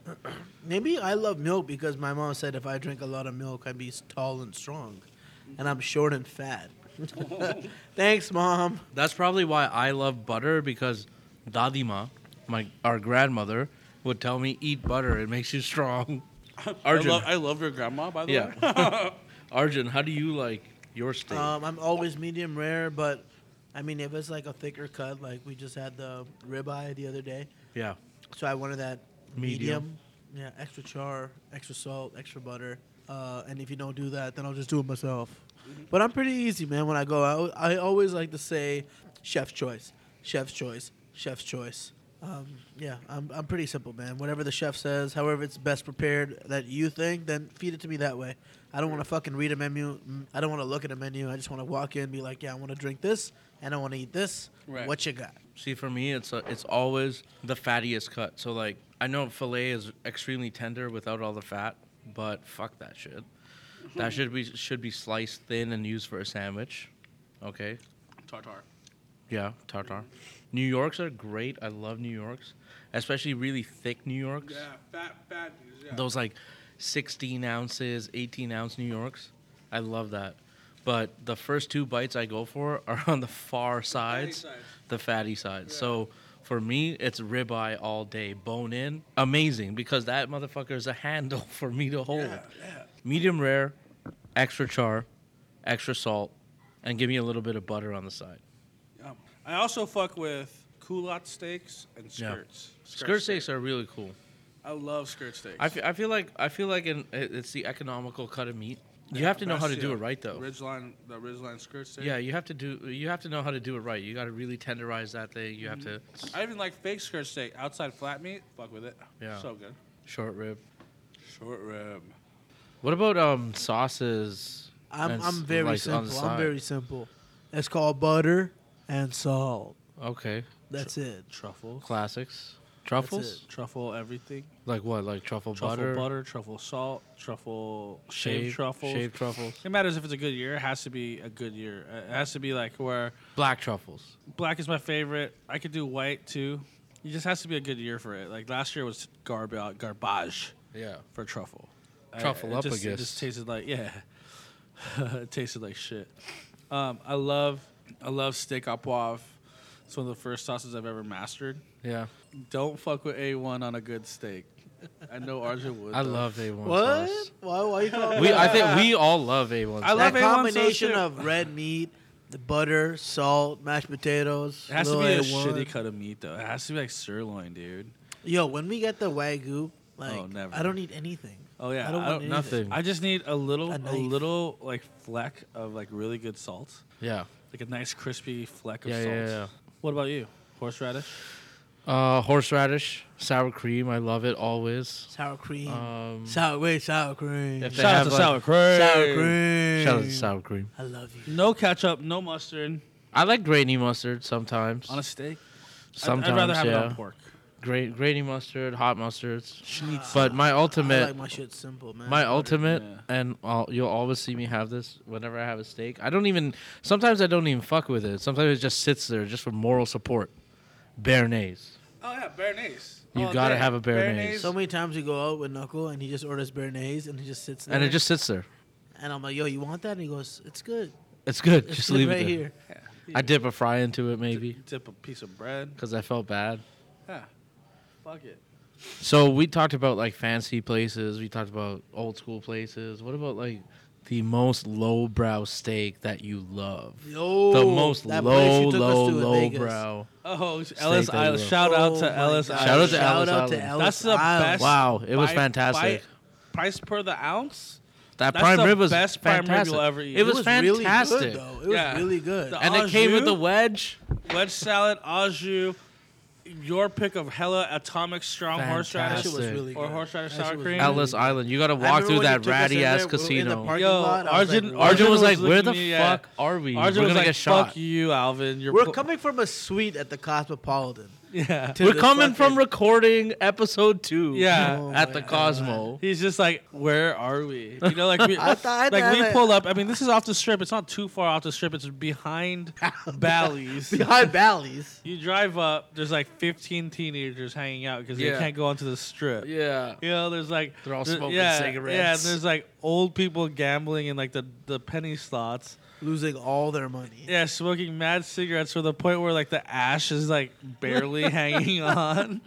Speaker 1: Maybe I love milk because my mom said if I drink a lot of milk, I'd be tall and strong, and I'm short and fat. Thanks, mom.
Speaker 3: That's probably why I love butter because Dadima, my our grandmother, would tell me eat butter. It makes you strong.
Speaker 7: I
Speaker 3: Arjun,
Speaker 7: love, I love your grandma, by the way.
Speaker 3: yeah. Arjun, how do you like your steak?
Speaker 1: Um, I'm always medium rare, but I mean, if it's like a thicker cut, like we just had the ribeye the other day,
Speaker 3: yeah.
Speaker 1: so I wanted that medium.
Speaker 3: Medium.
Speaker 1: Yeah, extra char, extra salt, extra butter. Uh, and if you don't do that, then I'll just do it myself. But I'm pretty easy, man. When I go out, I always like to say, "Chef's choice, chef's choice, chef's choice." Um, yeah, I'm I'm pretty simple, man. Whatever the chef says, however it's best prepared that you think, then feed it to me that way. I don't want to fucking read a menu. Mm, I don't want to look at a menu. I just want to walk in, and be like, "Yeah, I want to drink this, and I want to eat this.
Speaker 7: Right.
Speaker 1: What you got?"
Speaker 3: See, for me, it's a, it's always the fattiest cut. So like, I know fillet is extremely tender without all the fat, but fuck that shit. That should be should be sliced thin and used for a sandwich. Okay.
Speaker 7: Tartar.
Speaker 3: Yeah, tartar. New Yorks are great. I love New Yorks, especially really thick New Yorks.
Speaker 7: Yeah, fat, fat. Yeah.
Speaker 3: Those like 16 ounces, 18 ounce New Yorks. I love that. But the first two bites I go for are on the far sides,
Speaker 7: sides.
Speaker 3: the fatty side. So for me, it's ribeye all day, bone in. Amazing because that motherfucker is a handle for me to hold. Medium rare, extra char, extra salt, and give me a little bit of butter on the side.
Speaker 7: Yum. Um, I also fuck with culotte steaks and
Speaker 3: Yeah.
Speaker 7: skirts.
Speaker 3: Skirt steaks are really cool.
Speaker 7: I love skirt steaks.
Speaker 3: I fe- I feel like I feel like in, it- it's the economical cut of meat. You have to know how to do it right though.
Speaker 7: Ridgeline, the ridgeline skirt steak.
Speaker 3: Yeah, you have to do you have to know how to do it right. You got to really tenderize that thing. You have to
Speaker 7: I even like fake skirt steak. Outside flat meat, fuck with it.
Speaker 3: Yeah.
Speaker 7: So good.
Speaker 3: short rib.
Speaker 7: Short rib.
Speaker 3: What about um sauces?
Speaker 1: I'm
Speaker 3: and s-
Speaker 1: I'm very
Speaker 3: like, on the
Speaker 1: simple. I'm
Speaker 3: side?
Speaker 1: very simple. It's called butter and salt.
Speaker 3: okay.
Speaker 1: That's it.
Speaker 7: Truffle.
Speaker 3: Classics.
Speaker 1: That's
Speaker 3: Truffles?
Speaker 1: it.
Speaker 7: Truffle everything.
Speaker 3: Like what? Like truffle,
Speaker 7: Truffle butter,
Speaker 3: butter,
Speaker 7: truffle salt, truffle
Speaker 3: shaved
Speaker 7: shaved truffles.
Speaker 3: shaved truffles,
Speaker 7: It matters if it's a good year. It has to be a good year. Uh, It has to be like where
Speaker 3: black truffles.
Speaker 7: black is my favorite. I could do white too. It just has to be a good year for it. Like last year was garb- uh, garbage
Speaker 3: Yeah.
Speaker 7: for truffle. I-
Speaker 3: Truffle
Speaker 7: it
Speaker 3: up, I
Speaker 7: just, It
Speaker 3: guess.
Speaker 7: just tasted like yeah. it tasted like shit. Um, I love I love steak au poivre. It's one of the first sauces I've ever mastered.
Speaker 3: Yeah.
Speaker 7: Don't fuck with A1 on a good steak. I know RJ would.
Speaker 3: I
Speaker 7: though.
Speaker 3: love A1
Speaker 1: What?
Speaker 3: sauce.
Speaker 1: Why? Why you calling?
Speaker 3: We, I think we all love A1
Speaker 7: I
Speaker 3: sauce.
Speaker 7: love
Speaker 1: that
Speaker 7: A1 sauce
Speaker 1: combination
Speaker 7: too.
Speaker 1: of red meat, the butter, salt, mashed potatoes.
Speaker 7: It has to
Speaker 1: little
Speaker 7: be a
Speaker 1: A1.
Speaker 7: shitty cut of meat though. It has to be like sirloin, dude.
Speaker 1: Yo, when we get the wagyu, like
Speaker 7: never.
Speaker 1: I don't need anything.
Speaker 7: Oh yeah,
Speaker 1: I don't want
Speaker 3: nothing.
Speaker 7: I just need a little,
Speaker 1: A
Speaker 7: a,
Speaker 1: knife.
Speaker 7: little like fleck of like really good salt,
Speaker 3: yeah.
Speaker 7: like a nice crispy fleck of
Speaker 3: Yeah,
Speaker 7: salt.
Speaker 3: yeah, yeah.
Speaker 7: What about you? Horseradish.
Speaker 3: Uh, horseradish, sour cream. I love it always.
Speaker 1: Sour cream.
Speaker 3: Um,
Speaker 1: sour wait, sour cream.
Speaker 3: If they
Speaker 7: Shout out
Speaker 3: have
Speaker 7: to
Speaker 3: like-
Speaker 7: sour cream.
Speaker 1: Sour cream.
Speaker 3: Shout out to sour cream.
Speaker 1: I love you.
Speaker 7: No ketchup, no mustard
Speaker 3: I like grainy mustard sometimes.
Speaker 7: on a steak. I'd-
Speaker 3: sometimes,
Speaker 7: I'd, rather have
Speaker 3: yeah.
Speaker 7: it on pork.
Speaker 3: Gra- grainy mustard, hot mustards. But my ultimate,
Speaker 1: I like my shit simple, man.
Speaker 3: my ultimate,
Speaker 7: yeah.
Speaker 3: and I'll, you'll always see me have this whenever I have a steak. I don't even. Sometimes I don't even fuck with it. Sometimes it just sits there just for moral support. Béarnaise.
Speaker 7: Oh yeah, béarnaise.
Speaker 3: You
Speaker 7: All
Speaker 3: gotta
Speaker 7: day.
Speaker 3: have a béarnaise.
Speaker 1: so many times we go out with Knuckle and he just orders béarnaise and he just sits there.
Speaker 3: And it just sits there.
Speaker 1: and I'm like, yo, you want that? And he goes, it's good.
Speaker 3: It's good.
Speaker 1: It's
Speaker 3: just
Speaker 1: good
Speaker 3: leave
Speaker 1: right
Speaker 3: it there.
Speaker 1: here.
Speaker 3: I dip a fry into it maybe
Speaker 7: Dip a piece of bread.
Speaker 3: because I felt bad.
Speaker 7: Yeah. Fuck it.
Speaker 3: So we talked about like fancy places. We talked about old school places. What about like the most lowbrow steak that you love?
Speaker 1: Yo,
Speaker 3: the most
Speaker 1: that
Speaker 3: low,
Speaker 1: place you took us
Speaker 3: low,
Speaker 1: to in Vegas.
Speaker 3: lowbrow.
Speaker 7: Oh, Ellis
Speaker 3: that you
Speaker 7: Island.
Speaker 3: love.
Speaker 7: Shout out
Speaker 1: Oh
Speaker 7: to
Speaker 1: my
Speaker 7: Ellis
Speaker 1: God.
Speaker 7: Island.
Speaker 3: Shout out to
Speaker 1: Shout
Speaker 3: Ellis
Speaker 1: out to
Speaker 3: Island.
Speaker 1: Ellis
Speaker 7: That's the
Speaker 1: Island.
Speaker 7: best.
Speaker 3: Wow, it was
Speaker 7: by-
Speaker 3: fantastic.
Speaker 7: by- price per the ounce.
Speaker 3: That
Speaker 7: That's
Speaker 3: prime
Speaker 7: the
Speaker 3: rib was
Speaker 7: best prime rib
Speaker 3: fantastic.
Speaker 7: you'll ever eat.
Speaker 3: It was, fantastic,
Speaker 1: Really good, though. It was
Speaker 7: Yeah.
Speaker 1: really good.
Speaker 7: The-
Speaker 3: and it came with
Speaker 7: Au
Speaker 3: a
Speaker 7: jus?
Speaker 3: wedge.
Speaker 7: wedge salad, au jus, your pick of hella atomic strong
Speaker 1: that
Speaker 3: Fantastic.
Speaker 1: shit
Speaker 7: horseradish
Speaker 1: was really
Speaker 7: or
Speaker 1: good.
Speaker 7: horseradish
Speaker 1: That shit
Speaker 7: sour
Speaker 1: was
Speaker 7: cream.
Speaker 1: really
Speaker 3: Ellis Island. You got to
Speaker 1: I
Speaker 3: walk
Speaker 1: remember
Speaker 3: through
Speaker 1: when you
Speaker 3: that
Speaker 1: took us in
Speaker 3: ratty
Speaker 1: there,
Speaker 3: ass
Speaker 1: we were In the
Speaker 3: casino.
Speaker 1: parking
Speaker 7: Yo,
Speaker 1: lot, I was
Speaker 7: Arjun-
Speaker 1: like,
Speaker 3: Arjun was
Speaker 7: was
Speaker 3: like, "Where
Speaker 7: looking
Speaker 3: the
Speaker 7: at me, yeah.
Speaker 3: fuck are
Speaker 7: Arjun
Speaker 3: we? We're
Speaker 7: was
Speaker 3: gonna
Speaker 7: like,
Speaker 3: get
Speaker 7: "Fuck
Speaker 3: shot.
Speaker 7: you, Alvin. You're
Speaker 1: We're
Speaker 7: pu-
Speaker 1: coming from a suite at the Cosmopolitan.
Speaker 7: Yeah.
Speaker 1: to
Speaker 3: We're
Speaker 1: the
Speaker 3: coming from
Speaker 1: fucking-
Speaker 3: recording episode two.
Speaker 7: Yeah.
Speaker 1: Oh
Speaker 3: at
Speaker 1: my
Speaker 3: the
Speaker 1: God.
Speaker 3: Cosmo.
Speaker 7: He's just like, where are we? You know, like we,
Speaker 1: I thought- I
Speaker 7: like we
Speaker 1: thought-
Speaker 7: pull up. I mean, this is off the strip. It's not too far off the strip. It's behind Bally's.
Speaker 1: behind Bally's.
Speaker 7: You drive up. There's like 15 teenagers hanging out because
Speaker 3: Yeah.
Speaker 7: they can't go onto the strip.
Speaker 3: Yeah.
Speaker 7: You know, there's like
Speaker 3: They're all
Speaker 7: there-
Speaker 3: smoking
Speaker 7: yeah, Yeah, and
Speaker 3: cigarettes.
Speaker 7: there's like old people gambling in like the the penny slots.
Speaker 1: Losing all their money.
Speaker 7: Yeah, smoking mad cigarettes to the point where like the ash is like barely hanging on.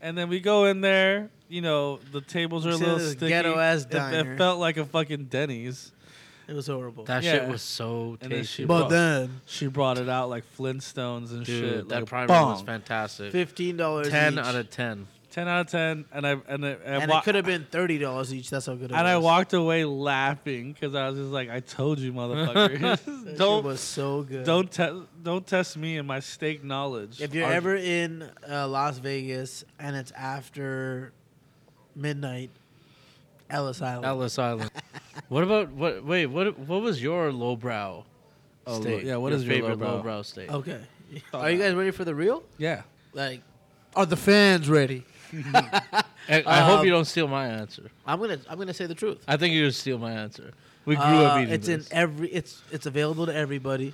Speaker 7: And then we go in there. You know, the tables are a
Speaker 1: Sit
Speaker 7: little
Speaker 1: at this
Speaker 7: sticky.
Speaker 1: ghetto-ass
Speaker 7: It- It,
Speaker 1: diner.
Speaker 7: felt like a fucking Denny's.
Speaker 1: It was horrible.
Speaker 3: That
Speaker 7: Yeah.
Speaker 3: shit was so
Speaker 7: And then she
Speaker 3: tasty.
Speaker 1: but
Speaker 7: fuck.
Speaker 1: then
Speaker 7: She brought it out like Flintstones and
Speaker 3: Dude,
Speaker 7: shit.
Speaker 3: that
Speaker 7: like
Speaker 3: prime
Speaker 7: prime
Speaker 3: rib was fantastic.
Speaker 1: fifteen dollars.
Speaker 3: 10 out of 10.
Speaker 7: ten out of ten. And I and I, and,
Speaker 1: and
Speaker 7: wa-
Speaker 1: it could have been thirty dollars each. That's how good it was.
Speaker 7: and I walked away laughing because I was just like, I told you, motherfucker.
Speaker 1: That
Speaker 7: don't
Speaker 1: shit was so good.
Speaker 7: Don't te- don't test me and my steak knowledge.
Speaker 1: If you're
Speaker 7: Are-
Speaker 1: ever in uh, Las Vegas and it's after midnight, Ellis Island.
Speaker 3: Ellis Island. what about what? Wait, what? What was your lowbrow
Speaker 7: Oh, lo-
Speaker 3: steak?
Speaker 7: yeah, what
Speaker 3: your Oh.
Speaker 7: is your
Speaker 3: favorite
Speaker 7: lowbrow?
Speaker 3: steak?
Speaker 1: Okay. Are you guys ready for the real?
Speaker 7: yeah,
Speaker 1: Like, are the fans ready?
Speaker 3: I, I hope
Speaker 1: Um,
Speaker 3: you don't steal my answer.
Speaker 1: I'm gonna I'm gonna say the truth.
Speaker 3: I think you're gonna steal my answer. We grew
Speaker 1: Uh,
Speaker 3: up eating
Speaker 1: it's
Speaker 3: this.
Speaker 1: in every. It's it's available to everybody,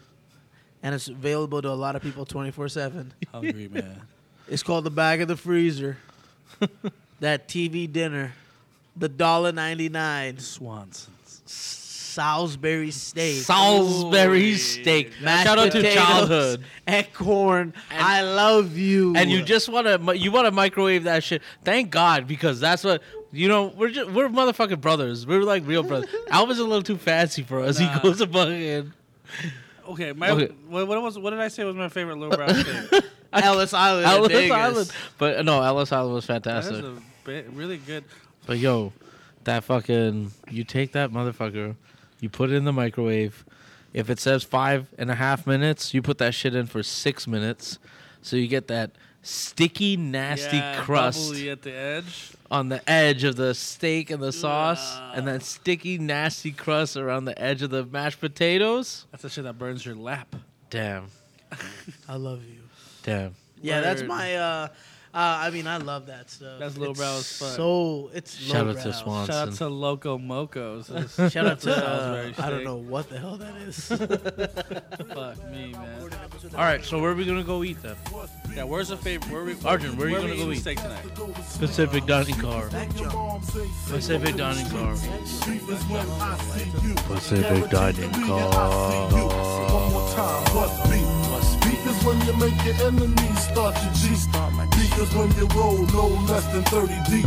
Speaker 1: and it's available to a lot of people 24 seven.
Speaker 7: hungry man.
Speaker 1: It's called the bag of the freezer. that TV dinner, the dollar ninety nine
Speaker 7: Swanson's.
Speaker 1: Salisbury steak,
Speaker 3: Salisbury steak.
Speaker 1: mashed
Speaker 3: Shout out to
Speaker 1: potatoes
Speaker 3: childhood.
Speaker 1: and corn. I love you.
Speaker 3: And you just want to you want to microwave that shit. Thank God because that's what you know. We're just, we're motherfucking brothers. We're like real brothers. Alvin's a little too fancy for us. He goes above and
Speaker 7: Okay, my
Speaker 3: Okay.
Speaker 7: What, what was what did I say was my favorite lowbrow steak?
Speaker 1: Ellis Island,
Speaker 3: Ellis
Speaker 1: Vegas.
Speaker 3: Island. But no, Ellis Island was
Speaker 7: That's
Speaker 3: fantastic.
Speaker 7: a bit, really good.
Speaker 3: But yo, that fucking you take that motherfucker, you put it in the microwave. If it says five and a half minutes, you put that shit in for six minutes, so you get that sticky, nasty
Speaker 7: Yeah,
Speaker 3: crust
Speaker 7: bubbly at the edge.
Speaker 3: on the edge of the steak and the sauce, and that sticky, nasty crust around the edge of the mashed potatoes.
Speaker 7: That's the shit that burns your lap.
Speaker 3: Damn,
Speaker 1: I love you.
Speaker 3: damn.
Speaker 1: Yeah, that's
Speaker 7: Word.
Speaker 1: my. uh uh, I mean, I love that stuff.
Speaker 7: That's lowbrow
Speaker 1: It's
Speaker 7: as fuck.
Speaker 1: So it's
Speaker 3: Shout out to
Speaker 1: lowbrow.
Speaker 3: Swan.
Speaker 7: Shout out
Speaker 3: Swanson.
Speaker 7: to Loco Mocos.
Speaker 1: Shout out to uh,
Speaker 7: Salisbury
Speaker 1: I don't
Speaker 7: steak.
Speaker 1: know what the hell that is.
Speaker 7: Fuck me, man.
Speaker 3: All right, so where are we gonna go eat then?
Speaker 7: Yeah, where's the favorite? Where we?
Speaker 3: Arjun, where are you
Speaker 7: we
Speaker 3: gonna go
Speaker 7: eating
Speaker 3: eat?
Speaker 7: steak tonight?
Speaker 3: Pacific Dining Car.
Speaker 4: Your mom say,
Speaker 5: Pacific dining car.
Speaker 4: Pacific Dining Car. One more time, what beat? Beat is when you make your enemies start to G. Beat is when you roll no less than 30 deep.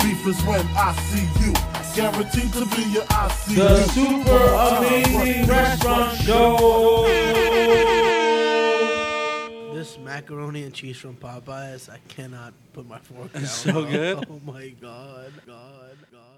Speaker 4: Beef is when I see you. Guaranteed to be your I see you.
Speaker 6: The Super Amazing Restaurant Show.
Speaker 1: This macaroni and cheese from Popeyes, I cannot put my fork down.
Speaker 7: so
Speaker 1: on.
Speaker 7: good.
Speaker 1: Oh my god, god, god.